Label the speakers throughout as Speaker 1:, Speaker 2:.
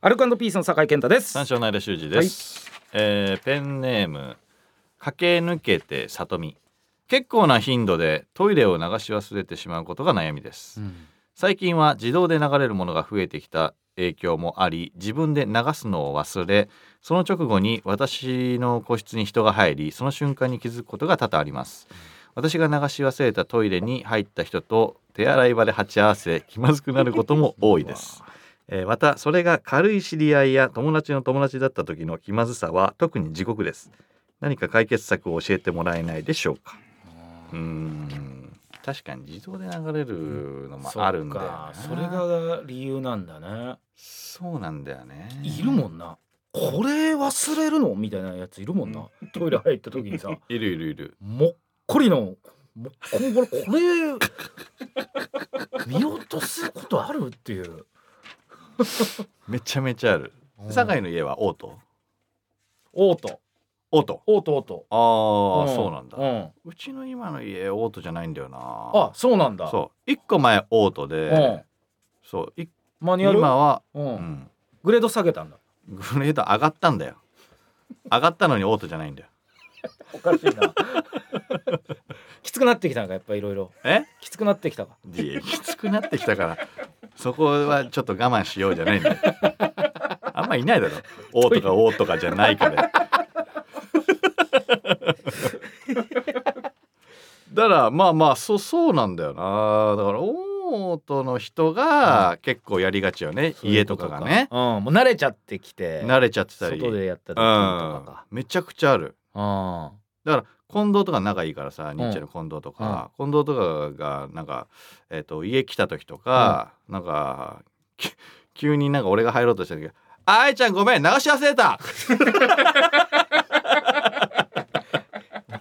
Speaker 1: アルコピースの酒井健太です
Speaker 2: 三章の間修司です、えーペンネーム駆け抜けて里見結構な頻度でトイレを流し忘れてしまうことが悩みです、最近は自動で流れるものが増えてきた影響もあり自分で流すのを忘れその直後に私の個室に人が入りその瞬間に気づくことが多々あります私が流し忘れたトイレに入った人と手洗い場で鉢合わせ気まずくなることも多いです、えーまたそれが軽い知り合いや友達の友達だった時の気まずさは特に地獄です何か解決策を教えてもらえないでしょうかうーん確かに自動で流れるのもあるんだよ、ね
Speaker 1: そっかそれが理由なんだね
Speaker 2: そうなんだよね。
Speaker 1: いるもんなこれ忘れるのみたいなやついるもんなトイレ入った時にさ
Speaker 2: いるいるいる。
Speaker 1: もっこりのもっこもこれこれ見落とすことあるっていう
Speaker 2: めちゃめちゃある。
Speaker 1: 酒
Speaker 2: 酒
Speaker 1: 井
Speaker 2: 井の家はオート。
Speaker 1: オート
Speaker 2: オート。
Speaker 1: オートオート
Speaker 2: ああ、
Speaker 1: ん
Speaker 2: そうなんだ、
Speaker 1: ん
Speaker 2: うちの今の家オートじゃないんだよな。
Speaker 1: あそうなんだ
Speaker 2: そう。一個前オートで、
Speaker 1: うん
Speaker 2: そう。い
Speaker 1: マニュアル
Speaker 2: 今は、
Speaker 1: う、
Speaker 2: うんん、
Speaker 1: グレード下げたんだ
Speaker 2: グレード上がったんだよ。上がったのにオートじゃないんだよ。
Speaker 1: おかしいな きつくなってきたんかやっぱいろいろ
Speaker 2: え？
Speaker 1: きつくなってきたか
Speaker 2: いやきつくなってきたから、そこはちょっと我慢しようじゃないんだよ。あんまいないだろ。オートかオートかじゃないから。だからまあまあそうそうなんだよな。だからオートの人が結構やりがちよね。
Speaker 1: そうい
Speaker 2: 家
Speaker 1: うこと
Speaker 2: かがね
Speaker 1: う、んもう慣れちゃってきて
Speaker 2: 慣れちゃってたり。
Speaker 1: 外でやった時と
Speaker 2: うん
Speaker 1: か、
Speaker 2: めちゃくちゃある。
Speaker 1: か
Speaker 2: だから近藤とか仲いいからさニッチェの近藤とか、近藤とかがなんか、えっと家来た時とか、なんかき急になんか俺が入ろうとした時「あいちゃんごめん流し忘れた!
Speaker 1: うん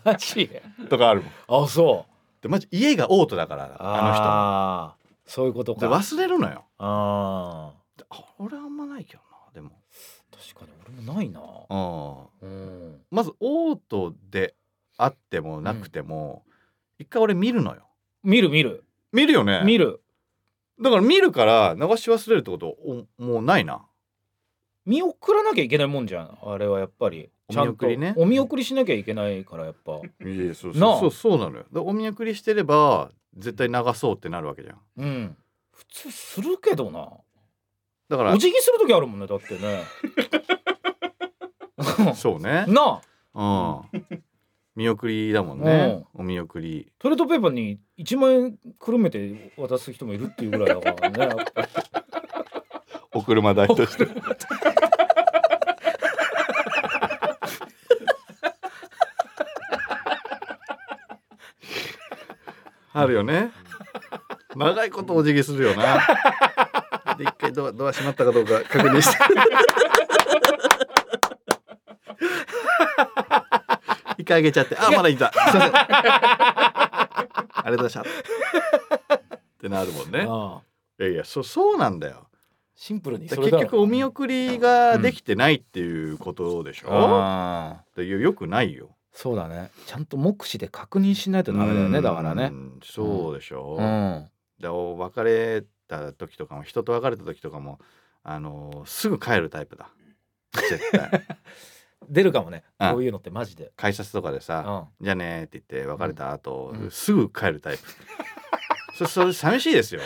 Speaker 1: マジ」
Speaker 2: とかあるもん。
Speaker 1: あそう
Speaker 2: でマジ家がオートだからあ
Speaker 1: あの人そういうこと
Speaker 2: の人
Speaker 1: か
Speaker 2: で忘れるのよ。
Speaker 1: あ
Speaker 2: であ俺あんまないけどなでも。
Speaker 1: ー確かに俺もないな
Speaker 2: うん
Speaker 1: うん
Speaker 2: まずオートであってもなくても、一回俺見るのよ。
Speaker 1: 見る見る
Speaker 2: 見るよね
Speaker 1: 見る
Speaker 2: だから見るから流し忘れるってことおもうないな。
Speaker 1: 見送らなきゃいけないもんじゃんあれはやっぱりちゃんと
Speaker 2: お見送りね
Speaker 1: お見送りしなきゃいけないからやっぱ
Speaker 2: いやそう
Speaker 1: なあ
Speaker 2: そうそうそうなのよだからお見送りしてれば絶対流そうってなるわけじゃん
Speaker 1: うん普通するけどな
Speaker 2: だから
Speaker 1: お辞儀する時あるもんねだってね
Speaker 2: そうね
Speaker 1: なあ
Speaker 2: う ん見送りだもんねお見送り
Speaker 1: トイレットペーパーに1万円くるめて渡す人もいるっていうぐらいだ からね
Speaker 2: お車代として あるよね長いことお辞儀するよなで一回ドアドア閉まったかどうか確認して一回あげちゃってあまだいたすいませんありがとうございましたってなるもんね
Speaker 1: ああ
Speaker 2: いやいやそそうなんだよ
Speaker 1: シンプルに
Speaker 2: だ
Speaker 1: そ
Speaker 2: か
Speaker 1: れ
Speaker 2: ら
Speaker 1: だ
Speaker 2: 結局お見送りができてないっていうことでしょ、だ
Speaker 1: ああ
Speaker 2: ってよよくないよ
Speaker 1: そうだねちゃんと目視で確認しないとダメだよ
Speaker 2: う
Speaker 1: ね
Speaker 2: ん
Speaker 1: だからね
Speaker 2: そうでしょ、
Speaker 1: うん
Speaker 2: でお別れた時とかも人と別れた時とかもあのーすぐ帰るタイプだ絶 対
Speaker 1: 出るかもね
Speaker 2: うん
Speaker 1: こういうのってマジで
Speaker 2: 改札とかで
Speaker 1: う
Speaker 2: さ
Speaker 1: ん
Speaker 2: 「じゃあね」って言って別れた後、
Speaker 1: うん
Speaker 2: すぐ帰るタイプそそれ寂しいですよ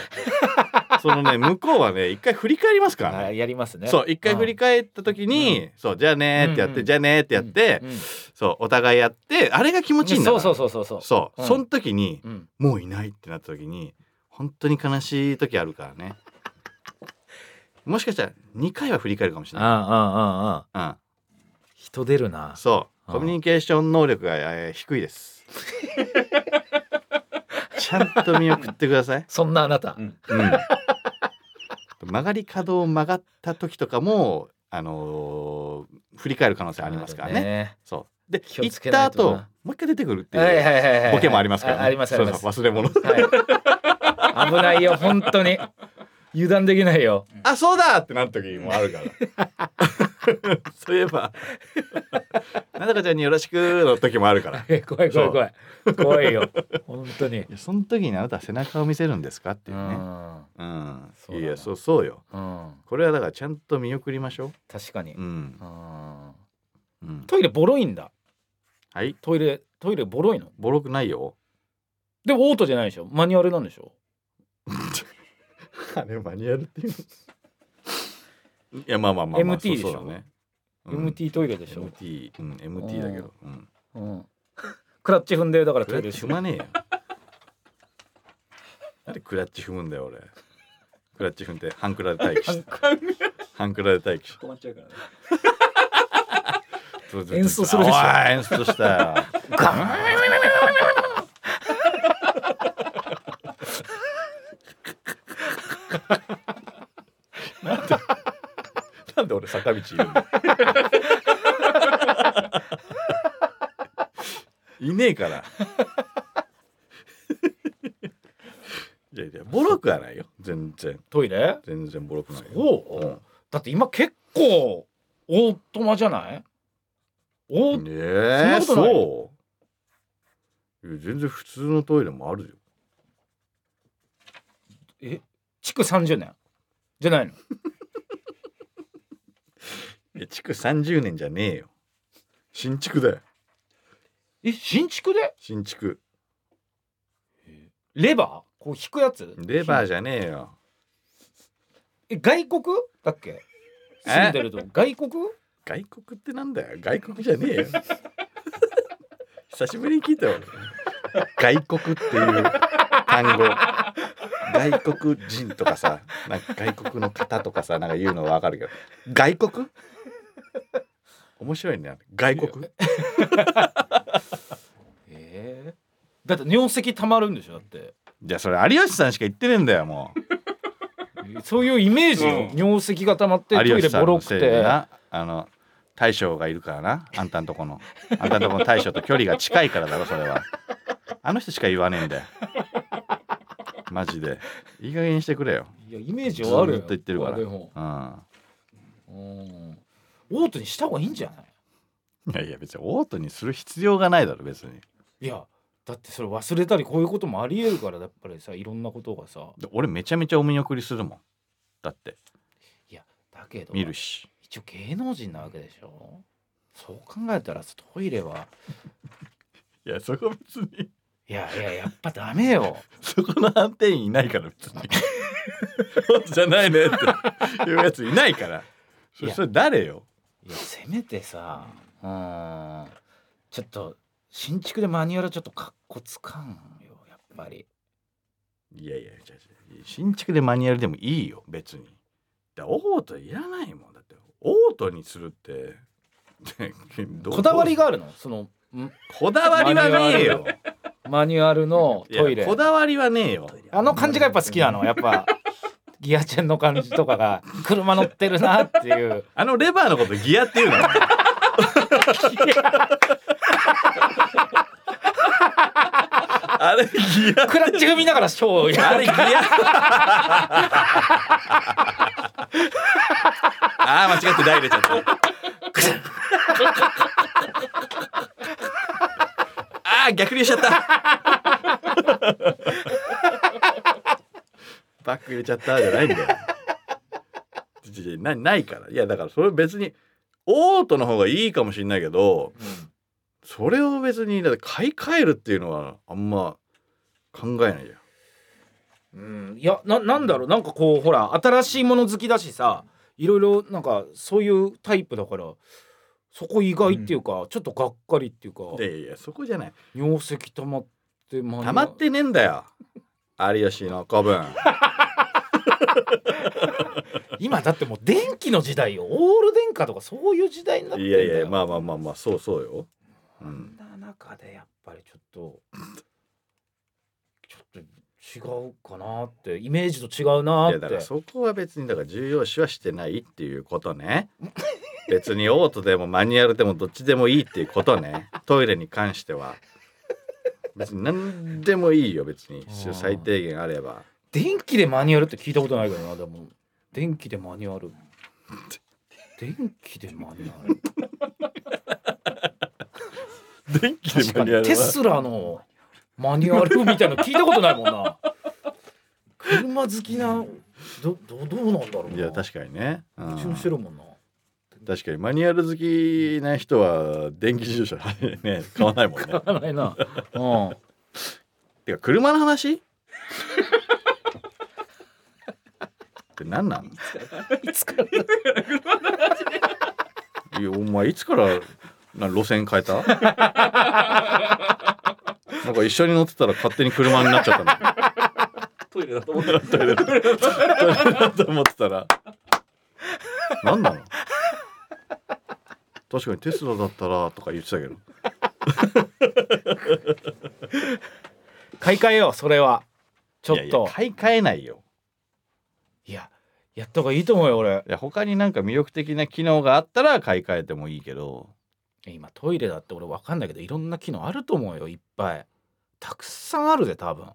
Speaker 2: そのね向こうはね一回振り返りますからね
Speaker 1: あやりますね
Speaker 2: そう一回振り返った時に、そうじゃあねーってやって、
Speaker 1: うんうん
Speaker 2: じゃあねーってやって、
Speaker 1: うんうん
Speaker 2: そうお互いやってあれが気持ちいいんだか
Speaker 1: そ
Speaker 2: ら
Speaker 1: うそうそうそうそう
Speaker 2: そう
Speaker 1: うん
Speaker 2: その時に
Speaker 1: うん
Speaker 2: もういないってなった時に本当に悲しい時あるから ねもしかしたら2回は振り返るかもしれ
Speaker 1: ああ
Speaker 2: な
Speaker 1: ああああ
Speaker 2: い、うん、
Speaker 1: 人出るな
Speaker 2: そう
Speaker 1: あ
Speaker 2: コミュニケーション能力が、えー低いです ちゃんと見送ってください、
Speaker 1: そんなあなた
Speaker 2: うん、曲がり角を曲がった時とかもあのー振り返る可能性ありますからね
Speaker 1: ね
Speaker 2: そうで
Speaker 1: 気を
Speaker 2: 行
Speaker 1: つ
Speaker 2: っ
Speaker 1: け
Speaker 2: た
Speaker 1: ないと
Speaker 2: 後
Speaker 1: な
Speaker 2: もう一回出てくるっていう、
Speaker 1: はいはいはいはい
Speaker 2: ボケもありますから、ね、
Speaker 1: ありますあります
Speaker 2: そうそう忘れ物
Speaker 1: はい危ないよ本当に油断できないよ
Speaker 2: あそうだってなる時もあるから そういえば「なだかちゃんによろしく」の時もあるから
Speaker 1: え怖い怖い怖い怖いよ本当に
Speaker 2: いやその時にあなたは背中を見せるんですかっていう
Speaker 1: う
Speaker 2: ね
Speaker 1: ん
Speaker 2: うん
Speaker 1: そうだ
Speaker 2: い
Speaker 1: な
Speaker 2: やそうそうよ
Speaker 1: うん
Speaker 2: これはだからちゃんと見送りましょ
Speaker 1: 確かに
Speaker 2: ううん、
Speaker 1: うん
Speaker 2: うん、
Speaker 1: トイレボロいんだ
Speaker 2: はい
Speaker 1: トイレトイレボロいの
Speaker 2: ボロくないよ
Speaker 1: でもオートじゃないでしょマニュアルなんでしょ
Speaker 2: あれマニュアルっていういやまあまあまあ、まあ、
Speaker 1: MT でしょ
Speaker 2: そうそうだね、うん
Speaker 1: MT トイレでしょ
Speaker 2: MT うん MT だけど、うん、
Speaker 1: うんクラッチ踏んでだから
Speaker 2: ク
Speaker 1: ト
Speaker 2: ラ
Speaker 1: イレ
Speaker 2: ッチ
Speaker 1: し
Speaker 2: 踏まねえよなんでクラッチ踏むんだよ俺クラッチ踏んで半クラで待機して半クラで待機して
Speaker 1: 困っちゃうからね
Speaker 2: 演
Speaker 1: 演奏するでしょ
Speaker 2: おい演奏したよなんで なんで俺坂道いるんだいねえからいやいやボロくはないよ全然
Speaker 1: トイレ
Speaker 2: 全然ボロくないよ
Speaker 1: そう、だって今結構オートマじゃないオ
Speaker 2: うん
Speaker 1: ー
Speaker 2: えー、
Speaker 1: そんなことない
Speaker 2: そういや全然普通のトイレもあるよ
Speaker 1: え築30年じゃないの
Speaker 2: え築30年じゃねえよ新築だよ
Speaker 1: え新築で
Speaker 2: 新築
Speaker 1: レバーこう引くやつ
Speaker 2: レバーじゃねえよ
Speaker 1: え外国だっけ
Speaker 2: え
Speaker 1: 住んでると外国
Speaker 2: 外国ってなんだよ外国じゃねえよ 久しぶりに聞いたわ外国っていう単語外国人とかさなんか外国の方とかさなんか言うのはわかるけど外国面白いね外国
Speaker 1: えー、だって尿石たまるんでしょだって
Speaker 2: じゃあそれ有吉さんしか言ってねえんだよもう
Speaker 1: そういうイメージよ、
Speaker 2: うん
Speaker 1: 尿石がたまってトイ
Speaker 2: 有
Speaker 1: レ
Speaker 2: 吉さ
Speaker 1: ボ
Speaker 2: ん
Speaker 1: ロ
Speaker 2: の
Speaker 1: く
Speaker 2: せいで
Speaker 1: て
Speaker 2: なあの大将がいるからなあんたんとこのあんたんとこの大将と距離が近いからだろそれはあの人しか言わねえんだよマジでいい加減にしてくれよ
Speaker 1: いやイメージはあるよ
Speaker 2: ずーっと言ってるから
Speaker 1: でも
Speaker 2: うん
Speaker 1: うんオートにした方がいいんじゃない
Speaker 2: いやいや別にオートにする必要がないだろ別に
Speaker 1: いやだってそれ忘れたりこういうこともありえるからやっぱりさいろんなことがさ
Speaker 2: で俺めちゃめちゃお見送りするもんだって
Speaker 1: いやだけど
Speaker 2: 見るし
Speaker 1: 一応芸能人なわけでしょそう考えたらさトイレはい
Speaker 2: やそこ別に
Speaker 1: いやいややっぱダメよ
Speaker 2: そこの判定員いないから別に じゃないねっていうやついないからそ
Speaker 1: いや
Speaker 2: それ誰よ
Speaker 1: いやせめてさうんちょっと新築でマニュアルちょっとかっこつかんよやっぱり
Speaker 2: いやいや、じゃ新築でマニュアルでもいいよ、別に。だオートいらないもんだって、オートにするって。 どう
Speaker 1: こだわりがあるのそのん
Speaker 2: こだわりはねえよ。
Speaker 1: マニュアルのトイ
Speaker 2: いや
Speaker 1: レ
Speaker 2: こだわりはねえよ。
Speaker 1: あの感じがやっぱ好きなのやっぱギアチェンの感じとかが車乗ってるなっていう
Speaker 2: あのレバーのことギアっていうの。 あれギア。
Speaker 1: クラッチ踏みながらショーをや
Speaker 2: あれギア。ああ、間違って台入れちゃった。ああ、逆流しちゃった。バック入れちゃったじゃないんだよ。いやいやなないからいやだからそれ別にオートの方がいいかもしれないけどそれを別にだって買い替えるっていうのはあんま考えないじゃん
Speaker 1: うん、いやななんだろうなんかこうほら新しいもの好きだしさいろいろなんかそういうタイプだからそこ意外っていうか、ちょっとがっかりっていうか
Speaker 2: いやいやいやそこじゃない
Speaker 1: 尿石溜まってま
Speaker 2: 溜まってねえんだよ有吉の 子分
Speaker 1: 今だってもう電気の時代よオール電化とかそういう時代になってん
Speaker 2: い
Speaker 1: だよ
Speaker 2: やいやまあまあまあまあそうそうよ、う
Speaker 1: そ
Speaker 2: ん
Speaker 1: ん、な中でやっぱりちょっとちょっと違うかなってイメージと違うないー
Speaker 2: や
Speaker 1: っ
Speaker 2: だから
Speaker 1: て
Speaker 2: そこは別にだから重要視はしてないっていうことね 別にオートでもマニュアルでもどっちでもいいっていうこと ねトイレに関しては別に何でもいいよ別に
Speaker 1: あー
Speaker 2: 最低限あれば
Speaker 1: 電気でマニュアルって聞いたことないけどなでも電気でマニュアル電気で間に合う
Speaker 2: 電気
Speaker 1: 確かにテスラのマニュアルみたいなの聞いたことないもんな車好きなどどどうなんだろうない
Speaker 2: や確かにね、うん
Speaker 1: うちもしてるもんな
Speaker 2: 確かにマニュアル好きな人は電気自動車ね買わないも んね
Speaker 1: わからないなうん
Speaker 2: てか車の話 って何なん
Speaker 1: いつから
Speaker 2: いやお前いつからな路線変えたなんか一緒に乗ってたら勝手に車になっちゃったの
Speaker 3: トイレだと思ったら
Speaker 2: トイレだと思ってたら何なの確かにテスラだったらとか言ってたけど
Speaker 1: 買い替えようそれはちょっとい
Speaker 2: い
Speaker 1: や
Speaker 2: やいや買い替えないよ
Speaker 1: やった方がいいと思うよ俺
Speaker 2: いや他になんか魅力的な機能があったら買い替えてもいいけど
Speaker 1: 今トイレだって俺わかんないけどいろんな機能あると思うよいっぱいたくさんあるで多分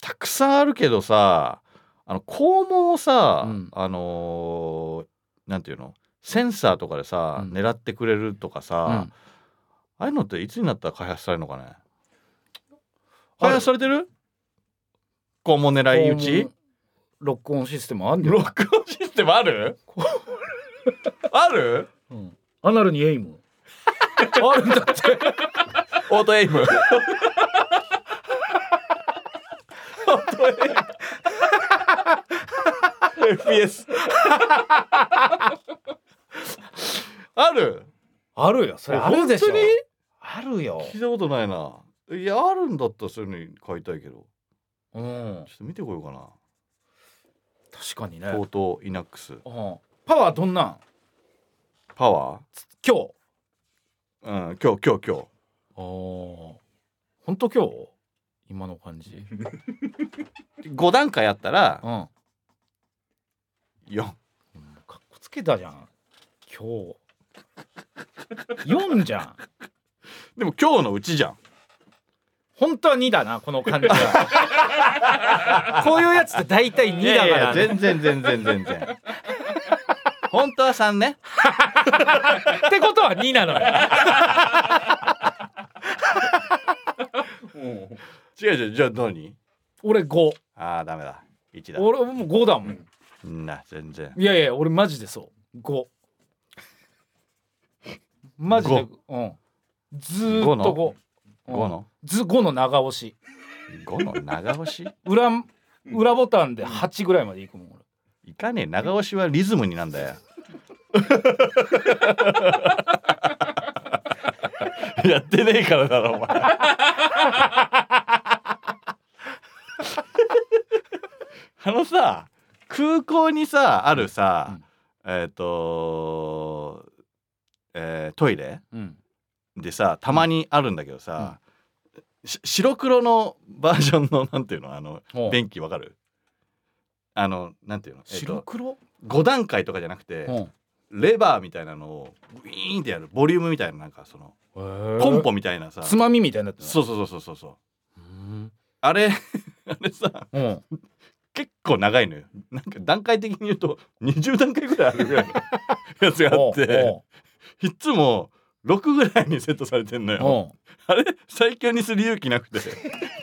Speaker 2: たくさんあるけどさあの肛門をさ、
Speaker 1: うん
Speaker 2: あのーなんていうのセンサーとかでさ、
Speaker 1: うん
Speaker 2: 狙ってくれるとかさ、
Speaker 1: うん
Speaker 2: ああいうのっていつになったら開発されるのかね
Speaker 1: あ
Speaker 2: 開
Speaker 1: れ
Speaker 2: 発されてる肛門狙い撃ち
Speaker 1: ロックオンシステムあんだよ、
Speaker 2: 録 音システムあ るある
Speaker 1: うん、アナルにエイム あるんだって
Speaker 2: オートエイム FPS ある
Speaker 1: あるよそれあるでしょ
Speaker 2: 本当に
Speaker 1: あるよ、
Speaker 2: 聞いたことないないやあるんだったらそういうのに買いたいけど
Speaker 1: うん
Speaker 2: ちょ、っと見てこようかな
Speaker 1: 確かにね、うん、
Speaker 2: TOTO イナックス
Speaker 1: パワーどんなん
Speaker 2: パワ
Speaker 1: 今日
Speaker 2: ーうん今日今日今日
Speaker 1: あーほんと今日今の感じ
Speaker 2: 5段階あったら
Speaker 1: うんも
Speaker 2: 4
Speaker 1: うかっこつけたじゃん今日4じゃん
Speaker 2: でも今日のうちじゃん
Speaker 1: 本当は2だなこの感じは こういうやつって大体2だから、
Speaker 2: いやいや全然全然全然本当は3
Speaker 1: っ
Speaker 2: ね
Speaker 1: てことは2なのよ
Speaker 2: 違う違うじゃあ何
Speaker 1: 俺5
Speaker 2: あーダメだ1だ
Speaker 1: 俺もう5だもん
Speaker 2: うんな全然
Speaker 1: いやいや俺マジでそう5マジでうんずーっと5
Speaker 2: 5の
Speaker 1: ず5の長押し
Speaker 2: 5の長押し
Speaker 1: 裏裏ボタンで8ぐらいまでいくもん俺
Speaker 2: いかねえ長押しはリズムになんだよ やってねえからだろお前 あのさ空港にさあるさ、えっ、とえートイレ
Speaker 1: うん
Speaker 2: でさたまにあるんだけどさ、し白黒のバージョンのなんていうのあの
Speaker 1: ほう
Speaker 2: 電気わかるあのなんていうの、えっ
Speaker 1: 白
Speaker 2: と、
Speaker 1: 黒、
Speaker 2: 5段階とかじゃなくて、
Speaker 1: うん
Speaker 2: レバーみたいなのをウィーンってやるボリュームみたいななんかそのコンポみたいなさ、
Speaker 1: つまみみたいになってる
Speaker 2: そうそうそうそうそう
Speaker 1: うん
Speaker 2: あれ あれさ
Speaker 1: うん
Speaker 2: 結構長いのよなんか段階的に言うと20段階ぐらいあるぐらいの やつがあっ
Speaker 1: うん
Speaker 2: ていつも6ぐらいにセットされてんのよ
Speaker 1: うん
Speaker 2: あれ最強にする勇気なくて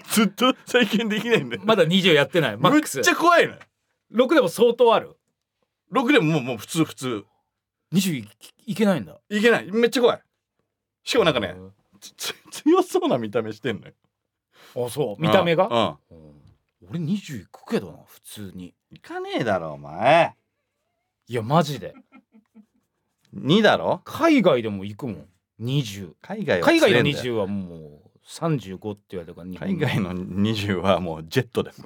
Speaker 2: ずっと最強にできないんだよ
Speaker 1: まだ20やってないマ
Speaker 2: む
Speaker 1: ッ
Speaker 2: っ
Speaker 1: クス
Speaker 2: ちゃ怖いのよ
Speaker 1: 6でも相当ある
Speaker 2: 6でももうもう普通普通
Speaker 1: 20いいけないんだ
Speaker 2: いけないめっちゃ怖いしかもなんかねつつ強そうな見た目してんのよ
Speaker 1: あそう見た目が、
Speaker 2: うん
Speaker 1: うん俺20いくけどな普通に
Speaker 2: いかねえだろお前
Speaker 1: いやマジで
Speaker 2: 2だろ
Speaker 1: 海外でも行くもん20
Speaker 2: 海外は
Speaker 1: 海外の
Speaker 2: 強えんだ
Speaker 1: 20
Speaker 2: よ
Speaker 1: はもう35って言われたから日本
Speaker 2: 海外の20はもうジェ ットだよ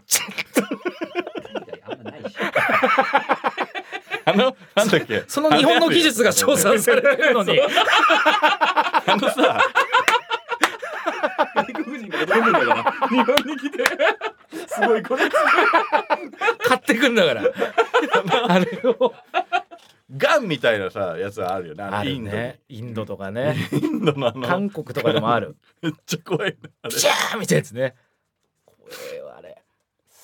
Speaker 3: あんまないし
Speaker 2: あのなんだっけ
Speaker 1: その日本の技術が称賛されてるの に
Speaker 2: あのさ
Speaker 3: 外国人が驚くんだから日本に来てすごいこれ
Speaker 1: 買ってくんだからあれを
Speaker 2: ガンみたいなさやつあるよねあの
Speaker 1: あ
Speaker 2: イ
Speaker 1: る
Speaker 2: ンド
Speaker 1: ねインドとかね
Speaker 2: インドのあの
Speaker 1: 韓国とかでもある
Speaker 2: めっちゃ怖いのあれ
Speaker 1: ピシャーみたいなやつね怖えわあれ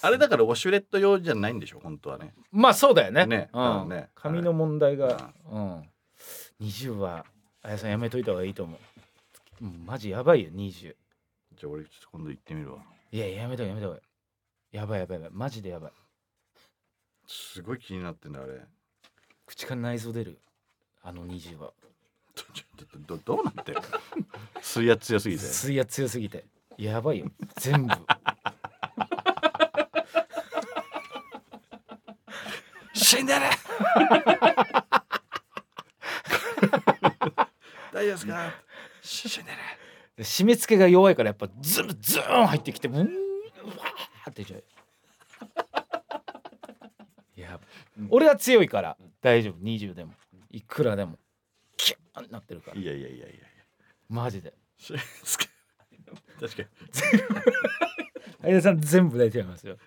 Speaker 2: あれだからウォシュレット用じゃないんでしょ本当はね
Speaker 1: まあそうだよね
Speaker 2: ね
Speaker 1: う
Speaker 2: あの
Speaker 1: ん
Speaker 2: ね
Speaker 1: 紙の問題が、うん、 20はあやさんやめといた方がいいと思うもうマジやばいよ20
Speaker 2: じゃあ俺ちょっと今度行ってみるわ
Speaker 1: いややめとけやめとけやばいやばいやばいマジでやばい
Speaker 2: すごい気になってんだあれ
Speaker 1: 口から内臓出るあの20は
Speaker 2: どちょっとどどうなってる 水圧強すぎて
Speaker 1: 水圧強すぎてやばいよ全部
Speaker 2: 死んでる大丈夫ですか死んでる
Speaker 1: で締め付けが弱いからやっぱズンズーン入ってきてうんうわーって じゃうやばい俺は強いから大丈夫20でもいくらでもキューンなってるから
Speaker 2: いやいやいやいや
Speaker 1: マジで
Speaker 2: し確かに
Speaker 1: 相田さん全部大丈夫ますよ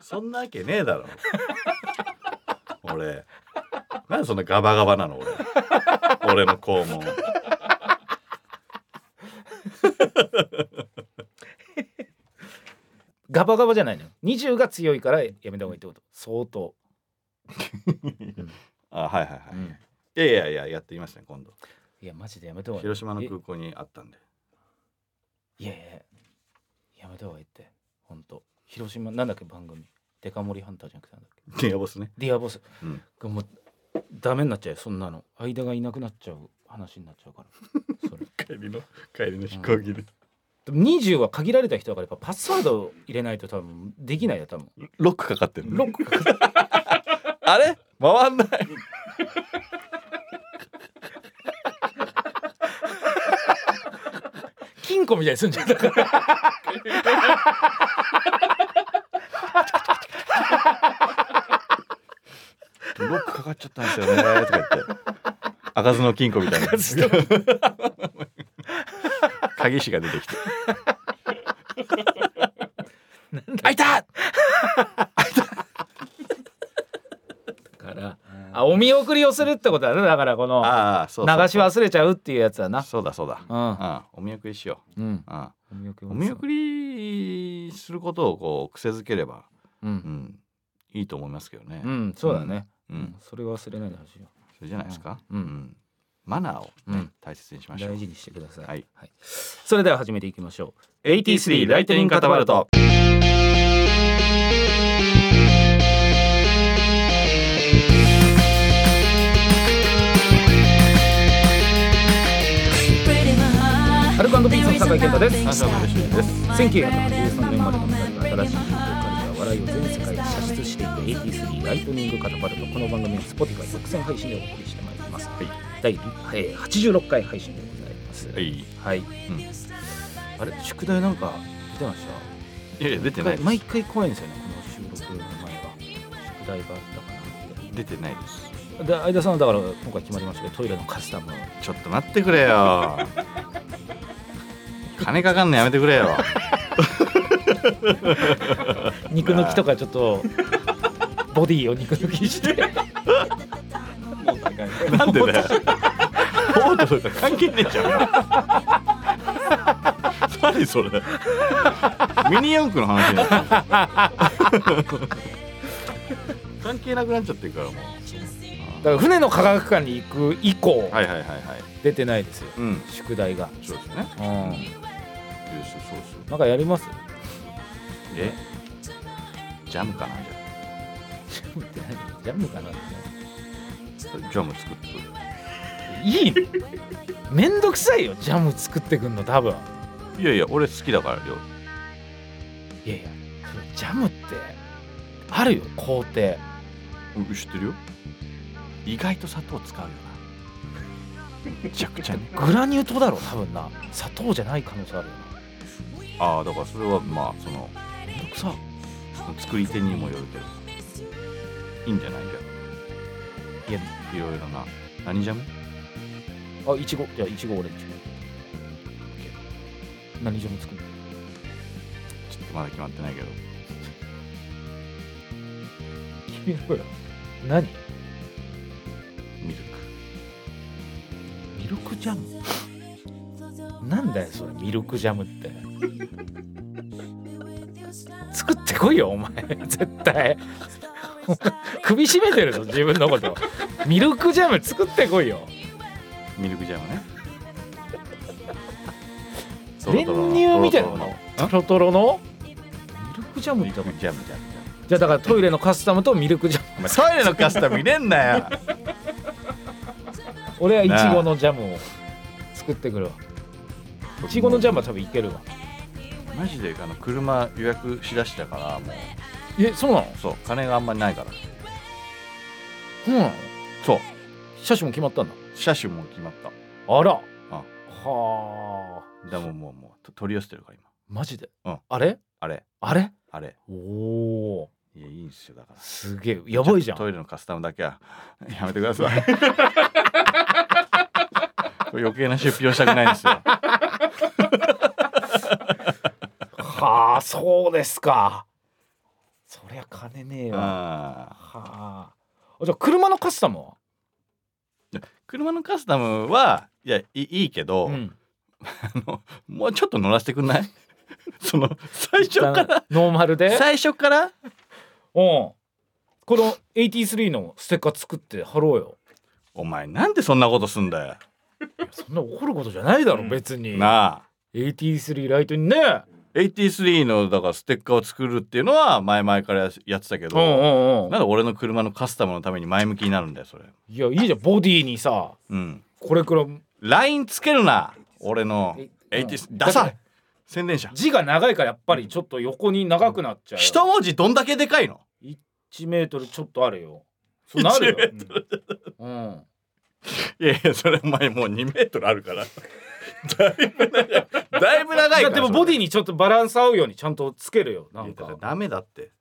Speaker 2: そんなわけねえだろ俺なんでそんなガバガバなの俺俺の肛門
Speaker 1: ガバガバじゃないのよ20が強いからやめた方がいいってこと相当
Speaker 2: あはいはいは
Speaker 1: う
Speaker 2: い、
Speaker 1: ん
Speaker 2: いやいやいややってみましたね今度
Speaker 1: いやマジでやめた方がいい
Speaker 2: 広島の空港にあったんで
Speaker 1: いやいややめた方がいいってほんと広島なんだっけ番組デカ盛りハンターじゃなくてなんだっけ
Speaker 2: でやぼすね
Speaker 1: ディアボス、
Speaker 2: うん
Speaker 1: がもうダメになっちゃうよそんなの間がいなくなっちゃう話になっちゃうからそれ
Speaker 2: 帰りの帰りの飛
Speaker 1: 行
Speaker 2: 機で、
Speaker 1: でも20は限られた人だからやっぱパスワードを入れないと多分できないよ多分
Speaker 2: ロックかかってる
Speaker 1: ロックかかっ
Speaker 2: あれ回んない
Speaker 1: 金庫みたいにす んじゃんだから
Speaker 2: ロックかかっちゃったんですよねとか言って開かずの金庫みたいな鍵師が出てきて
Speaker 1: 開いた開いただからあお見送りをするってことだねだからこの
Speaker 2: ああそうそう
Speaker 1: 流し忘れちゃうっていうやつだな
Speaker 2: そうだそうだ
Speaker 1: うん
Speaker 2: あお見送りしよ
Speaker 1: うん
Speaker 2: うあ
Speaker 1: お見送
Speaker 2: お見送りすることをこう癖づければ、
Speaker 1: う、
Speaker 2: うんん、いいと思いますけどね、
Speaker 1: うん、そうだね、
Speaker 2: う
Speaker 1: うん
Speaker 2: ん、
Speaker 1: それは忘れないでほしいよ
Speaker 2: それじゃないですか、
Speaker 1: うん
Speaker 2: マナーをね、
Speaker 1: うん
Speaker 2: 大切にしましょう
Speaker 1: 大事にしてください、
Speaker 2: はい
Speaker 1: それでは始めていきましょう
Speaker 2: AT3 ライトニングカタパルト
Speaker 1: アルコピースの酒井健太です
Speaker 2: 三島秀俊です
Speaker 1: 1983年生まれの2人が新しいヒットカルチャー笑いを全世界に射出していく AT3 ライトニングカタパルトこの番組は Spotify 独占配信でお送りしてまいります、
Speaker 2: はい
Speaker 1: 第、えー、86回配信でございます
Speaker 2: はいい
Speaker 1: はい、あれ宿題なんか出てました
Speaker 2: やいや出てないです
Speaker 1: 毎回怖いんですよねこの収録の前は宿題があったかなって
Speaker 2: 出てないです
Speaker 1: で相田さんはだから今回決まりましたけどトイレのカスタムを
Speaker 2: ちょっと待ってくれよ金かかんのやめてくれよ
Speaker 1: 肉抜きとかちょっとボディを肉抜きして
Speaker 3: もう高い
Speaker 2: なんでだよ。オートとか関係ねえじゃん。何それ。ミニ四駆の話になった。関係なくなっちゃってるからもう。
Speaker 1: だから船の科学館に行く以降、
Speaker 2: はいはいはいはい。
Speaker 1: 出てないですよ
Speaker 2: うん。
Speaker 1: 宿題が
Speaker 2: そうですね。
Speaker 1: う
Speaker 2: うん
Speaker 1: ん
Speaker 2: そうそう。
Speaker 1: なんかやります
Speaker 2: え。ジャムかなじ
Speaker 1: ジ
Speaker 2: ゃ
Speaker 1: ャムって何ジャムかなって
Speaker 2: あ。ジャム作って。
Speaker 1: 何いいのめんどくさいよジャム作ってくんの多分
Speaker 2: いやいや、俺好きだからよ。
Speaker 1: いやいやそれジャムってあるよ工程
Speaker 2: うん知ってるよ。意外と砂糖使うよな。めちゃくちゃね。
Speaker 1: グラニュー糖だろ多分な砂糖じゃない可能性あるよな
Speaker 2: ああだからそれはまあその
Speaker 1: めんどくさ
Speaker 2: 作り手にもよるけどいいんじゃないじゃんいろいろな何ジャム
Speaker 1: あいちごじゃあいちごオレンジ何ジャム作る
Speaker 2: ちょっとまだ決まってないけど
Speaker 1: 君のよ 何
Speaker 2: ミル
Speaker 1: ミルクジャムなんだよそれミルクジャムって作 ってこいよお前絶対首絞めてるぞ自分のことミルクジャム作ってこいよ
Speaker 2: ミルクジャムね
Speaker 1: 練乳みたいなものトロトロのミルクジャム
Speaker 2: ミ
Speaker 1: っ
Speaker 2: ル
Speaker 1: て
Speaker 2: クジャムじゃん
Speaker 1: じゃあだからトイレのカスタムとミルクジャム
Speaker 2: お前トイレのカスタム入れんなよ
Speaker 1: 俺はいちごのジャムを作ってくるわいちごのジャムは多分いけるわ
Speaker 2: マジであの車予約しだしたからも
Speaker 1: えそうなの
Speaker 2: うそう金があんまりないから
Speaker 1: そうなの
Speaker 2: そう
Speaker 1: 車種も決まったんだ
Speaker 2: 車種も決まった
Speaker 1: あら
Speaker 2: あ
Speaker 1: はあ
Speaker 2: でももうもうと取り寄せてるから今
Speaker 1: マジで、
Speaker 2: うん
Speaker 1: あれ
Speaker 2: あれ
Speaker 1: あれ
Speaker 2: あれ
Speaker 1: おお
Speaker 2: いやいいんですよだから
Speaker 1: すげえやばいじゃん
Speaker 2: ちょっとトイレのカスタムだけはやめてください これ余計な出費をしたくないんですよ
Speaker 1: はあそうですかそりゃ金ねえわ
Speaker 2: あー
Speaker 1: はああじゃあ車のカスタムは
Speaker 2: 車のカスタムはいやいいいけど、
Speaker 1: うん
Speaker 2: あのもうちょっと乗らせてくんない その最初から
Speaker 1: ノーマルで
Speaker 2: 最初から
Speaker 1: うんこの83のステッカー作って貼ろうよ
Speaker 2: お前なんでそんなことすんだよ
Speaker 1: いやそんな怒ることじゃないだろ、
Speaker 3: うん
Speaker 1: 別に
Speaker 2: なあ
Speaker 1: 83ライトにね
Speaker 2: 83のだからステッカーを作るっていうのは前々からややってたけど、
Speaker 1: ん
Speaker 2: なんで俺の車のカスタムのために前向きになるんだよそれ
Speaker 1: いやいいじゃんボディにさ
Speaker 2: うん
Speaker 1: これくらい
Speaker 2: LINE つけるな俺の
Speaker 1: え
Speaker 2: 80
Speaker 1: うん
Speaker 2: ダサ
Speaker 1: だか
Speaker 2: い宣伝者
Speaker 1: 字が長いからやっぱりちょっと横に長くなっちゃうよ
Speaker 2: 一文字どんだけでかいの
Speaker 1: 1メートルちょっとあるよそうなるよ、うん、
Speaker 2: いやいやそれお前もう2メートルある からだいぶ長いだいぶ長い
Speaker 1: い
Speaker 2: か
Speaker 1: や
Speaker 2: ら
Speaker 1: でもボディにちょっとバランス合うようにちゃんとつけるよないん
Speaker 2: やだから
Speaker 1: か
Speaker 2: ダメだって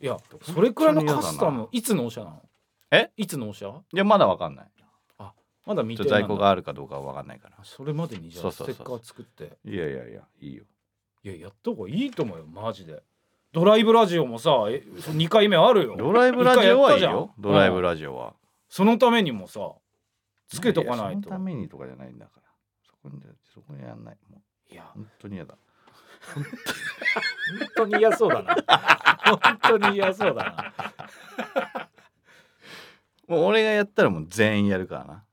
Speaker 1: いやそれくらいのカスタムいつ納車なの
Speaker 2: え
Speaker 1: いつ納車
Speaker 2: いやまだわかんない
Speaker 1: まだ見
Speaker 2: ちょ
Speaker 1: て
Speaker 2: っと在
Speaker 1: ない
Speaker 2: 庫があるかどうかはわかんないから
Speaker 1: それまでにじゃあ
Speaker 2: そう
Speaker 1: ス
Speaker 2: そう
Speaker 1: テ
Speaker 2: そう
Speaker 1: ッカー作って
Speaker 2: いやいやいやいいよ
Speaker 1: いややった方がいいと思うよマジでドライブラジオもさえ2回目あるよ
Speaker 2: ドライブラジオはいい
Speaker 1: 一回やった
Speaker 2: よ
Speaker 1: じゃん
Speaker 2: ドライブラジオは
Speaker 1: そのためにもさつけとかない
Speaker 2: やその
Speaker 1: と
Speaker 2: ためにとかじゃないんだからそこにそこにやんないもう
Speaker 1: いや
Speaker 2: 本当に嫌だ
Speaker 1: 本当に嫌そうだな本当に嫌そうだな
Speaker 2: もう俺がやったらもう全員やるからな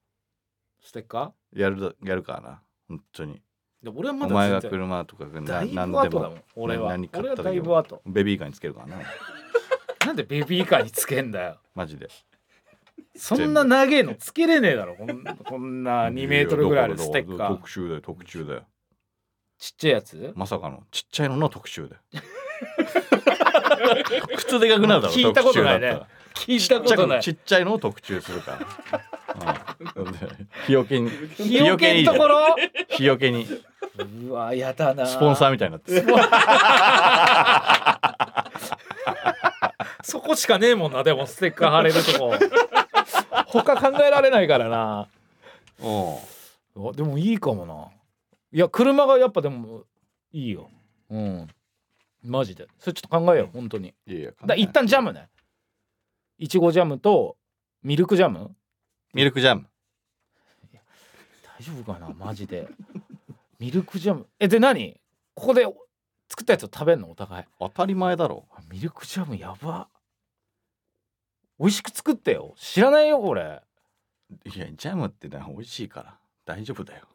Speaker 1: ステッカ
Speaker 2: やるだやるからな本当
Speaker 1: ー
Speaker 2: に
Speaker 1: で俺はま
Speaker 2: お
Speaker 1: だ
Speaker 2: 前が
Speaker 1: 全然
Speaker 2: 車とかな
Speaker 1: だいぶ
Speaker 2: 何
Speaker 1: 後
Speaker 2: で
Speaker 1: だも
Speaker 2: も
Speaker 1: ん俺は
Speaker 2: 何買
Speaker 1: 俺
Speaker 2: っ
Speaker 1: は
Speaker 2: た
Speaker 1: だ
Speaker 2: 時
Speaker 1: い
Speaker 2: も
Speaker 1: ぶ後
Speaker 2: ベビーカーにつけるからな
Speaker 1: なんでベビーカーにつけんだよ
Speaker 2: マジで
Speaker 1: そんな長えのつけれねえだろこんこんな2メートルぐらいあるステッ
Speaker 2: いや
Speaker 1: カ
Speaker 2: だから
Speaker 1: ー
Speaker 2: 特集だよ特集だよ
Speaker 1: ちっちゃいやつ
Speaker 2: まさかのちっちゃいのの特 集だよ靴でかくなるだろ
Speaker 1: 聞いたことないね
Speaker 2: 特集だったら
Speaker 1: 聞いたことない
Speaker 2: ちっちゃいのを特注するから。うん日よけに
Speaker 1: 日よけんところ
Speaker 2: 日よけに
Speaker 1: うわやだな
Speaker 2: スポンサー
Speaker 1: ー
Speaker 2: みたいになって
Speaker 1: そこしかねえもんなでもステッカー貼れるとこ他考えられないからな
Speaker 2: お
Speaker 1: あでもいいかもないや車がやっぱでもいいようんマジでそれちょっと考えよう本当に
Speaker 2: いやいや
Speaker 1: だ一旦ジャムねいちごジャムとミルクジャム
Speaker 2: ミルクジャム
Speaker 1: 大丈夫かなマジでミルクジャムえで何ここで作ったやつを食べんのお互い
Speaker 2: 当たり前だろ
Speaker 1: あミルクジャムやば美味しく作ってよ知らないよこれ
Speaker 2: いやジャムってね美味しいから大丈夫だよ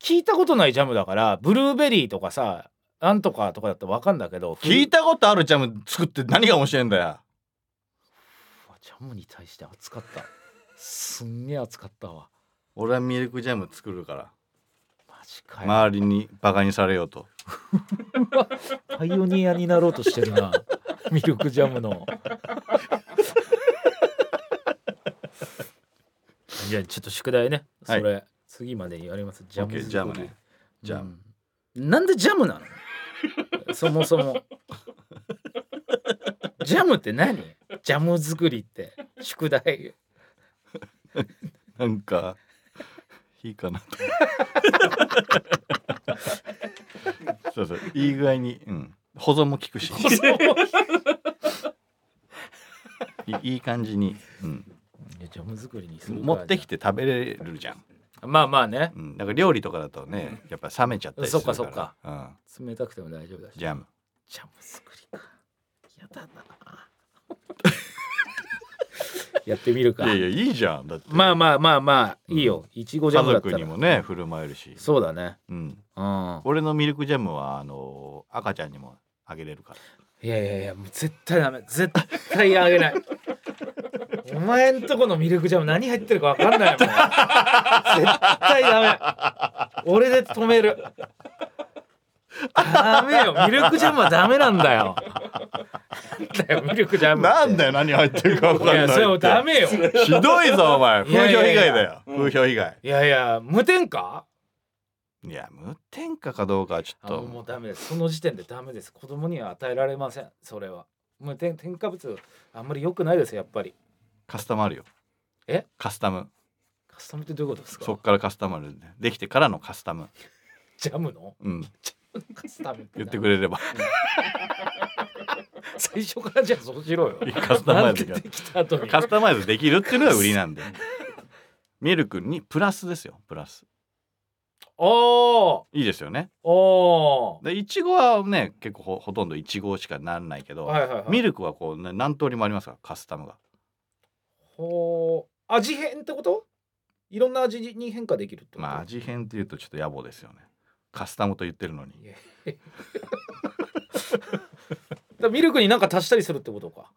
Speaker 1: 聞いたことないジャムだからブルーベリーとかさなんとかとかだったらわかんだけど
Speaker 2: 聞い
Speaker 1: た
Speaker 2: たことあるジャム作って何が面白いんだよ
Speaker 1: ジャムに対して熱かったすんげえ熱かったわ
Speaker 2: 俺はミルクジャム作るから
Speaker 1: マジかよ、
Speaker 2: 周りにバカにされようと
Speaker 1: パイオニアになろうとしてるなミルクジャムの じゃあちょっと宿題ね、
Speaker 2: はい
Speaker 1: それ次までにやりますジャム
Speaker 2: OK
Speaker 1: 作り
Speaker 2: ジャムねジャム
Speaker 1: うんなんでジャムなのそもそもジャムって何ジャム作りって宿題
Speaker 2: なんか いい かなとそうそういい具合に、うん、保存も効くしい いい感じに、うん、
Speaker 1: いやジャム作りにする
Speaker 2: 持ってきて食べれるじゃん、
Speaker 1: まあまあね
Speaker 2: うん、なんか料理とかだとねやっぱ冷めちゃったりするから
Speaker 1: そっかそっ
Speaker 2: か、
Speaker 1: 冷たくても大丈夫だし
Speaker 2: うん、ジャム
Speaker 1: ジャム作りか。やだな。 やってみるか
Speaker 2: いやいやいいじゃんだって
Speaker 1: まあ
Speaker 2: あ
Speaker 1: まあまあまあいいよいちごジャ
Speaker 2: 家
Speaker 1: ムだった
Speaker 2: 族
Speaker 1: ら
Speaker 2: にもね振る舞えるし、
Speaker 1: そうだね
Speaker 2: うん、
Speaker 1: うん
Speaker 2: 俺のミルクジャムはあの赤ちゃんにもあげれるから
Speaker 1: いやいやいやもう絶対ダメ絶対あげない お前んとこのミルクジャム何入ってるか分かんないもん絶対ダメ俺で止めるダメよミルクジャムはダメなんだよなんだよミルクジャムって
Speaker 2: なんだよ何入ってるか分かん
Speaker 1: い
Speaker 2: ない
Speaker 1: や
Speaker 2: って
Speaker 1: それもダメよ
Speaker 2: ひどいぞお前
Speaker 1: いや
Speaker 2: 風
Speaker 1: い
Speaker 2: 評
Speaker 1: や
Speaker 2: 被
Speaker 1: いや
Speaker 2: 害だよ
Speaker 3: うん
Speaker 2: 風評被害
Speaker 1: いやいや無添加
Speaker 2: いや無添加かどうかはちょ
Speaker 1: あ
Speaker 2: っ
Speaker 1: も
Speaker 2: と
Speaker 1: うもうダメですその時点でダメです子供には与えられませんそれは無添添加物あんまり良くないですよやっぱり
Speaker 2: カスタムあるよ
Speaker 1: え
Speaker 2: カスタム
Speaker 1: カスタムってどういうことですか
Speaker 2: そっからカスタムあるんでできてからのカスタム
Speaker 1: ジャムの
Speaker 2: うん
Speaker 1: カスタム
Speaker 2: 言ってく
Speaker 1: れ
Speaker 2: れれば
Speaker 1: 最初からじゃあそうしろよ
Speaker 2: カスタマ
Speaker 1: な
Speaker 2: イ
Speaker 1: ん
Speaker 2: ズ
Speaker 1: で
Speaker 2: が
Speaker 1: できた後に
Speaker 2: カスタマイズできるっていうのが売りなんでミルクにプラスですよプラス
Speaker 1: おー
Speaker 2: いいですよね
Speaker 1: お
Speaker 2: でいちごはね結構ほほとんどいちごしかなんないけ
Speaker 1: ー
Speaker 2: ど、
Speaker 1: はいはいはい
Speaker 2: ミルクはこう、ね、何通りもありますからカスタムが
Speaker 1: ほー味変ってこといろんな味に変化できるってこと
Speaker 2: まあ味変っていうとちょっと野暮ですよねカスタムと言ってるのに
Speaker 1: いやだからミルクになんか足したりするってことか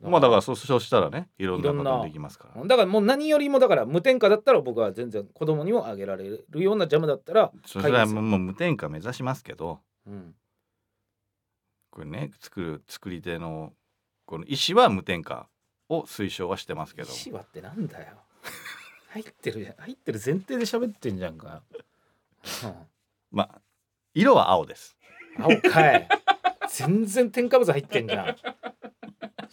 Speaker 2: まあだからそうそうしたらねいろんない
Speaker 1: ろ
Speaker 2: こ
Speaker 1: ん
Speaker 2: と
Speaker 1: な
Speaker 2: ができますから
Speaker 1: だからもう何よりもだから無添加だったら僕は全然子供にもあげられるようなジャムだったら
Speaker 2: それはもうもう無添加目指しますけど
Speaker 1: うん
Speaker 2: これね作る作り手のこの意思は無添加を推奨はしてますけど
Speaker 1: シワってなんだよ 入ってるじゃん入ってる前提で喋ってんじゃんか、
Speaker 2: まあ色は青です
Speaker 1: うん、青かい全然添加物入ってんじゃん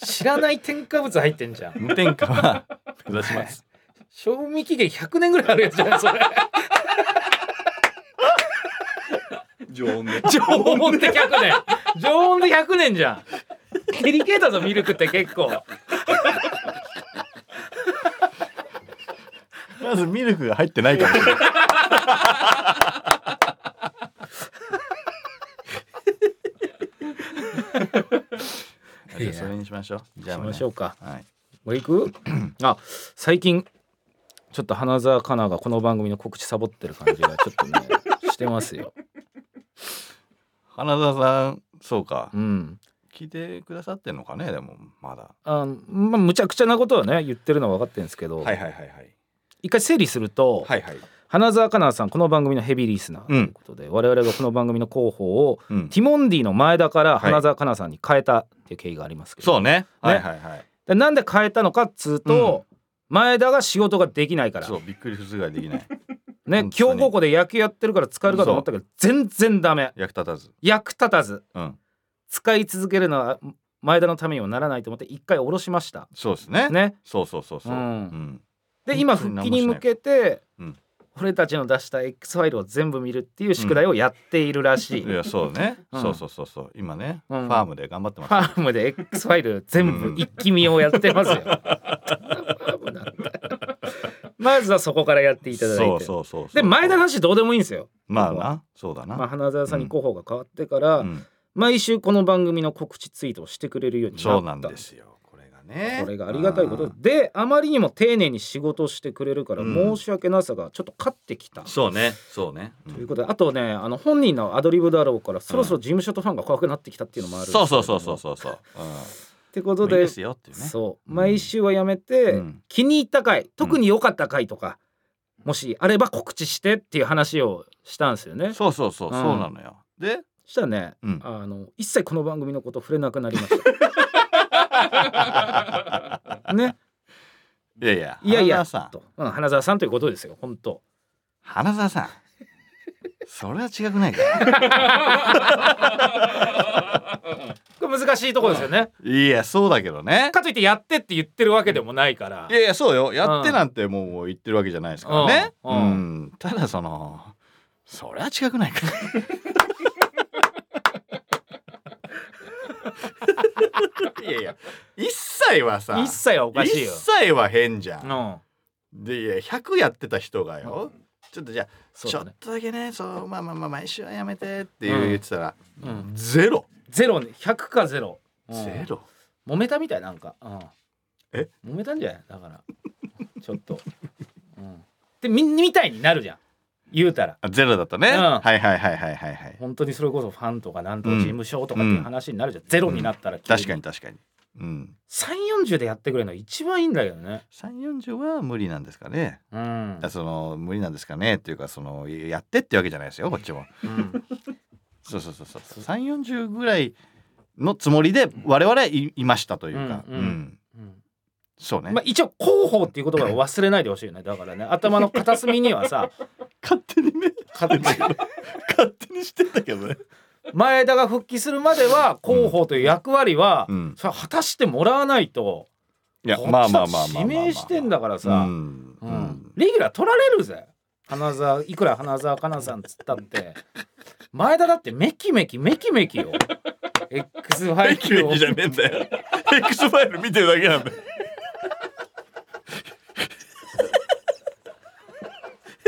Speaker 1: 知らない添加物入ってんじゃん
Speaker 2: 無添加は目指します
Speaker 1: 賞味期限100年ぐらいあるやつじゃんそれ
Speaker 3: 常温で
Speaker 1: 常温で100年常温で100年じゃんデリケートだぞミルクって結構
Speaker 2: まずミルクが入ってないかもしれないじゃあそれにしましょうじゃあ
Speaker 1: しましょうか
Speaker 2: はい
Speaker 1: 俺行くあ最近ちょっと花澤香菜がこの番組の告知サボってる感じがちょっ とねしてますよ。
Speaker 2: 花澤さんそうか
Speaker 1: うん、
Speaker 2: 聞いてくださってんのかねでもまだ
Speaker 1: あまあむちゃくちゃなことはね言ってるのは分かってるんですけど、
Speaker 2: はいはいはいはい
Speaker 1: 一回整理すると、
Speaker 2: はいはい
Speaker 1: 花澤香菜さんこの番組のヘビーリスナーということで、我々がこの番組の広報を
Speaker 2: うん
Speaker 1: ティモンディの前田から
Speaker 2: い
Speaker 1: 花澤香菜さんに変えたっていう経緯がありますけど、
Speaker 2: そうねはい
Speaker 1: ね
Speaker 2: はいはい
Speaker 1: でなんで変えたのかっつうと、前田が仕事ができないから
Speaker 2: そうびっくりするぐらいできない
Speaker 1: ね
Speaker 2: 本当に
Speaker 1: 強豪校で野球やってるから使えるかと思ったけど全然ダメ
Speaker 2: 役立たず
Speaker 1: 役立たず
Speaker 2: うん
Speaker 1: 使い続けるのは前田のためにもならないと思って一回下ろしました
Speaker 2: そうですね
Speaker 1: ね
Speaker 2: そうそうそうそう
Speaker 1: う
Speaker 2: うんん
Speaker 1: で今
Speaker 2: 本
Speaker 1: 復
Speaker 2: 当
Speaker 1: 帰
Speaker 2: に何もしな
Speaker 1: に向け
Speaker 2: い
Speaker 1: て、
Speaker 2: うん
Speaker 1: 俺たちの出した X ファイルを全部見るっていう宿題をやっているらしい、
Speaker 2: いやそうね
Speaker 1: うん
Speaker 2: そうそうそうそう今ねフ
Speaker 1: うん
Speaker 2: ァームで頑張って
Speaker 1: フ
Speaker 2: ます
Speaker 1: ァームで X ファイル全
Speaker 2: う
Speaker 1: 部
Speaker 2: ん
Speaker 1: 一気見をやって ますよ、ファームなんだよまずはそこからやっていただいて
Speaker 2: そうそうそうそう
Speaker 1: で前田の話どうでもいいんですよ、
Speaker 2: まあなそうだな
Speaker 1: まあ、花澤さんに広報が変わってから、
Speaker 2: うん
Speaker 1: 毎週この番組の告知ツイートをしてくれるようになった
Speaker 2: そうなんですよこれがね
Speaker 1: これがありがたいこと
Speaker 2: う
Speaker 1: で
Speaker 2: ん
Speaker 1: であまりにも丁寧に仕事をしてくれるから
Speaker 2: うん
Speaker 1: 申し訳なさがちょっと勝ってきた、
Speaker 2: そうねそうねうん
Speaker 1: ということであとねあの本人のアドリブだろうからそろそろ事務所とファンが怖くなってきたっていうのもあるんですけ
Speaker 2: そ
Speaker 1: れ
Speaker 2: う
Speaker 1: ど
Speaker 2: そ
Speaker 1: も
Speaker 2: うそうそうそうそう
Speaker 1: ってこ
Speaker 2: う
Speaker 1: と
Speaker 2: んいい
Speaker 1: で
Speaker 2: ですよっていうね
Speaker 1: そう
Speaker 2: うん
Speaker 1: 毎週はやめて、
Speaker 2: うん
Speaker 1: 気に入った回特に良かった回とか、もしあれば告知してっていう話をしたんですよねそ
Speaker 2: そうそうそう
Speaker 1: うん
Speaker 2: そうなのよで
Speaker 1: したらね
Speaker 2: うん
Speaker 1: あの一切この番組のこと触れなくなりました ね
Speaker 2: いやいや
Speaker 1: いやいや
Speaker 2: 花澤さん
Speaker 1: と、うん、花澤さんということですよ本当
Speaker 2: 花澤さんそれは違くないか
Speaker 1: これ難しいところですよね。
Speaker 2: いやそうだけどね
Speaker 1: かといってやってって言ってるわけでもないから
Speaker 2: い。やいやそうよやってなんてもう言ってるわけじゃないですからね
Speaker 1: う
Speaker 2: うん
Speaker 1: うん
Speaker 2: んただそのそれは違くな いかいやいや一切はさ
Speaker 1: 一切はおかしい
Speaker 2: 一
Speaker 1: よ。
Speaker 2: 切は変じゃ
Speaker 1: うんん。
Speaker 2: でいや100やってた人がよちょっとじゃあ
Speaker 1: そう
Speaker 2: ちょ
Speaker 1: だ
Speaker 2: っ
Speaker 1: ね
Speaker 2: とだけねそうまあまあまあ毎週はやめてっていう
Speaker 1: うん
Speaker 2: 言ってたら
Speaker 1: うん
Speaker 2: ゼロ
Speaker 1: ゼロね、百かゼロ。うん
Speaker 2: ゼ。ロ
Speaker 1: 揉めたみたいなんか。うん
Speaker 2: え
Speaker 1: 揉めたんじゃないだから ちょっと、うん、でみみたいになるじゃん言うたら
Speaker 2: あゼロだとね、
Speaker 1: うん
Speaker 2: はいはいはいはいはいはい
Speaker 1: 本当にそれこそファンとかなんとか事務所とかっていう話になるじゃん、ゼロになったら急
Speaker 2: 確かに確かにうん
Speaker 1: 340でやってくれるの一番いいんだけどね
Speaker 2: 340は無理なんですかね
Speaker 1: うん
Speaker 2: あ、その無理なんですかねっていうかそのやってってわけじゃないですよこっちも
Speaker 1: うん
Speaker 2: そうそうそうそう340ぐらいのつもりで我々いいましたというか、
Speaker 1: うんうんうん
Speaker 2: そうね、
Speaker 1: まあ、一応広報っていう言葉 を忘れないでほしいよねだからね頭の片隅にはさ
Speaker 2: 勝手にね
Speaker 1: か
Speaker 2: 勝手にしてたけどね
Speaker 1: 前田が復帰するまでは広報という役割は、
Speaker 2: うん
Speaker 1: それは果たしてもらわないと
Speaker 2: いや
Speaker 1: こっち
Speaker 2: まあ
Speaker 1: は
Speaker 2: まあまあまあまあまあ
Speaker 1: 指名してんだからさ、
Speaker 2: うん
Speaker 1: う
Speaker 2: うんん
Speaker 1: レギュラー取られるぜ花沢いくら花沢香菜さんつったって前田だってメキメキメキメキよ X ファイルを
Speaker 2: じゃねえんだよ X ファイル見てるだけなんだよ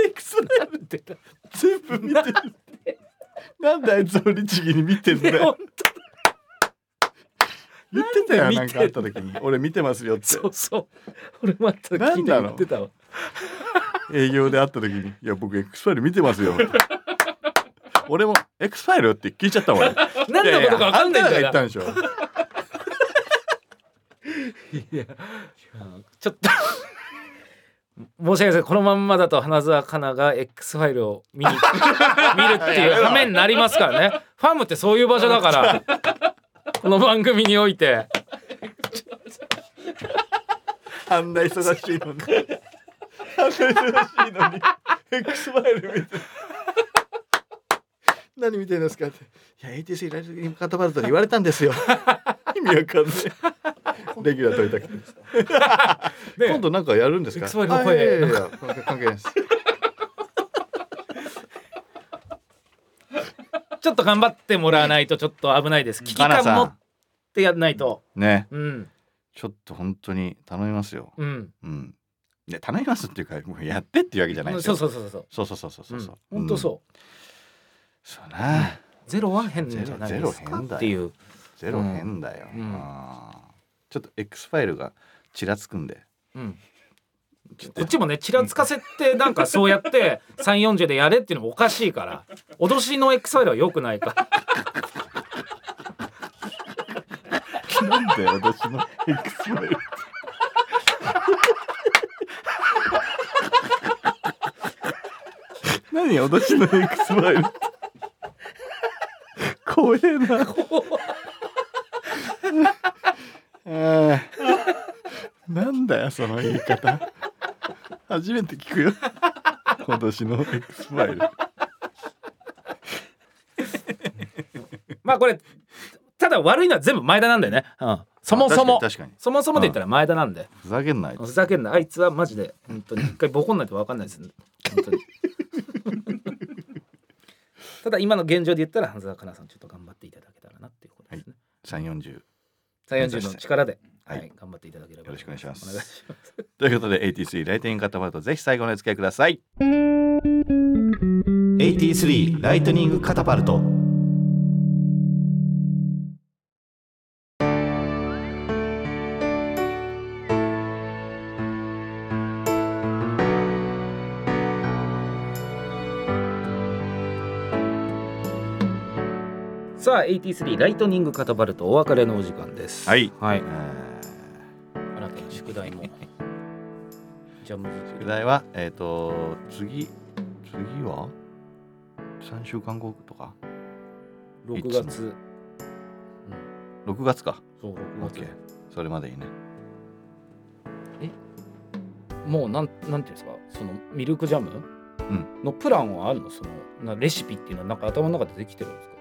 Speaker 2: X ファイル
Speaker 1: なんてだ
Speaker 2: 全部見てるなんであいつを律儀に見てんだ
Speaker 1: 本
Speaker 2: よ言ってたよ
Speaker 1: なんで
Speaker 2: なん
Speaker 1: 見て
Speaker 2: かあった時に俺見てますよって
Speaker 1: そうそう俺もあった
Speaker 2: な
Speaker 1: 聞い
Speaker 2: ん
Speaker 1: て
Speaker 2: だろ
Speaker 1: 言
Speaker 2: う
Speaker 1: ってたわ
Speaker 2: 営業で会った時に「いや僕 X ファイル見てますよ」俺も「X ファイル?」って聞いちゃったもん俺
Speaker 1: 何のことか分かんないんだ
Speaker 2: いやいや
Speaker 1: よ
Speaker 2: あんたらが言った
Speaker 1: なん
Speaker 2: でしょ
Speaker 1: いやいやちょっと申し訳ないですこのまんまだと花澤香菜が X ファイルを見に見るっていう羽目になりますからねファームってそういう場所だからこの番組において
Speaker 2: あんな忙しいのにあんな忙しいのに X ファイル見て何見てるんですかって「いや ATC ラジオにかとまると言われた んですよ」意味わかんないレギュラー取りたくて
Speaker 1: ね
Speaker 2: 今度なんかやるんですか
Speaker 1: X ファイルの声
Speaker 2: あいやいやいや関係ないです
Speaker 1: ちょっと頑張ってもらわないとちょっと危ないです。危機感持ってやらないと。
Speaker 2: ね
Speaker 1: うん。
Speaker 2: ちょっと本当に頼みますよ
Speaker 1: うん。
Speaker 2: うんで頼みますっていうかもうやってっていうわけじゃないんです
Speaker 1: そ
Speaker 2: よ
Speaker 1: うそうそうそう。
Speaker 2: そうそうそうそうそうそう
Speaker 1: うん本当
Speaker 2: うん
Speaker 1: そう。
Speaker 2: そうな
Speaker 1: ゼロは変じゃない
Speaker 2: ゼ
Speaker 1: で
Speaker 2: ロ
Speaker 1: す
Speaker 2: ゼロ
Speaker 1: か
Speaker 2: 変だよ
Speaker 1: っていう。
Speaker 2: ゼロ変だよ、
Speaker 1: うんうん
Speaker 2: あーちょっと X ファイルがちらつくんで
Speaker 1: うん。こっちもねちらつかせてなんかそうやって340でやれっていうのもおかしいから脅しの X ファイルは良くない から
Speaker 2: なんで私の X フ ァイル何私の X ファイルって怖えな怖なんだよその言い方初めて聞くよ今年の X ファイル
Speaker 1: まあこれただ悪いのは全部前田なんだよね、うん、そもそも
Speaker 2: 確かに確かに
Speaker 1: そもそもで言ったら前田なんで
Speaker 2: ふざけんなあい
Speaker 1: ふ
Speaker 2: つ
Speaker 1: ざけんなあいつはマジで本当に一回ボコんないと分かんないです本 当にただ今の現状で言ったら半沢香菜さんちょっと頑張っていただけたらなっていうことですね、
Speaker 2: 340
Speaker 1: 340の力で、は
Speaker 2: はいい
Speaker 1: 頑張っていただければ
Speaker 2: よろしくお願いします
Speaker 1: お願いします
Speaker 2: ということで AT3 ライトニングカットバルトぜひ最後までお付き合いください AT3 ライトニングカタパルト
Speaker 1: さあ83ライトニングカタパルトお別れのお時間です
Speaker 2: はい
Speaker 1: はい
Speaker 2: 宿
Speaker 1: あなたの宿題もじゃあもう
Speaker 2: 題はえっ、と次次は3週間後とか
Speaker 1: 6
Speaker 2: いつ
Speaker 1: 月
Speaker 2: 6月か
Speaker 1: そう6
Speaker 2: OK
Speaker 1: 月、
Speaker 2: それまでにね
Speaker 1: もうなんなんていうんですかそのミルクジャム
Speaker 2: ん
Speaker 1: のプランはあるのそのなレシピっていうのはなんか頭の中でできてるんですか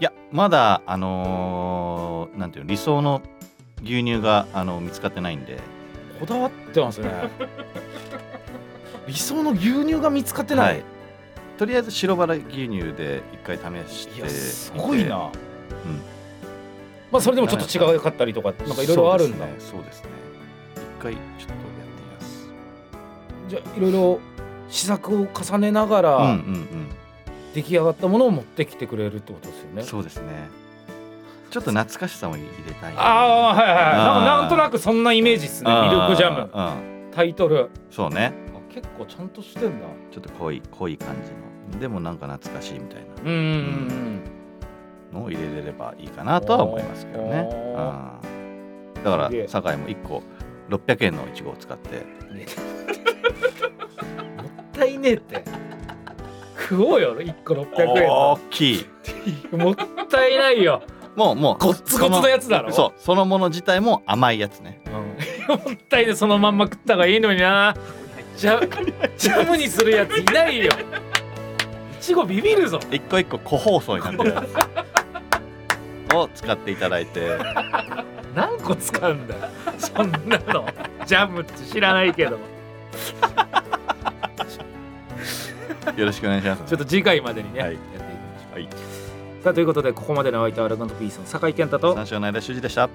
Speaker 2: いやまだあのー、なんていうの理想の牛乳があの見つかってないんで
Speaker 1: こだわってますね 理想の牛乳が見つかってない、
Speaker 2: はいとりあえず白バラ牛乳で一回試して
Speaker 1: い、
Speaker 2: み
Speaker 1: や
Speaker 2: て
Speaker 1: すごいな、まあそれでもちょっと違かったりとかなんかいろいろあるんだ、
Speaker 2: そうですねそうですね一回ちょっとやってみます
Speaker 1: じゃあいろいろ試作を重ねなが
Speaker 2: うん
Speaker 1: ら
Speaker 2: うん
Speaker 1: 出来上がったものを持ってきてくれるってことですよ
Speaker 2: う
Speaker 1: ね
Speaker 2: ん、そうですねちょっと懐かしさも入れたい
Speaker 1: ああはいはいはいなんか
Speaker 2: あー
Speaker 1: なんとなくそんなイメージですね
Speaker 2: うん
Speaker 1: ミルクジャム
Speaker 2: うん
Speaker 1: タイトル
Speaker 2: そうね
Speaker 1: あ結構ちゃんとしてんだ
Speaker 2: ちょっと濃い濃い感じのでもなんか懐かしいみたい
Speaker 1: うんうんうん
Speaker 2: なのを入れれればいいかなとは思いますけどね
Speaker 1: お
Speaker 2: うんだか
Speaker 1: すげえ
Speaker 2: ら酒井も1個600円のいちごを使って
Speaker 1: うんねもったいねえって食おうよ1個600円
Speaker 2: 大
Speaker 1: の
Speaker 2: きい
Speaker 1: もったいないよ
Speaker 2: もうもう
Speaker 1: ゴッツゴツのやつだろ
Speaker 2: そうそのもの自体も甘いやつね
Speaker 1: もったいでそのまんま食った方がいいのになジャジャムにするやついないよいちごビビるぞ
Speaker 2: 一個一個個包装になってるやつを使っていただいて
Speaker 1: 何個使うんだよそんなのジャムって知らないけど
Speaker 2: よろしくお願いします
Speaker 1: ちょっと次回までにね、
Speaker 2: はい
Speaker 1: やっていきましょう
Speaker 2: はい
Speaker 1: さあということでここまでのお相手はアルガントピースの酒井健太と
Speaker 2: 三四郎の間修二でした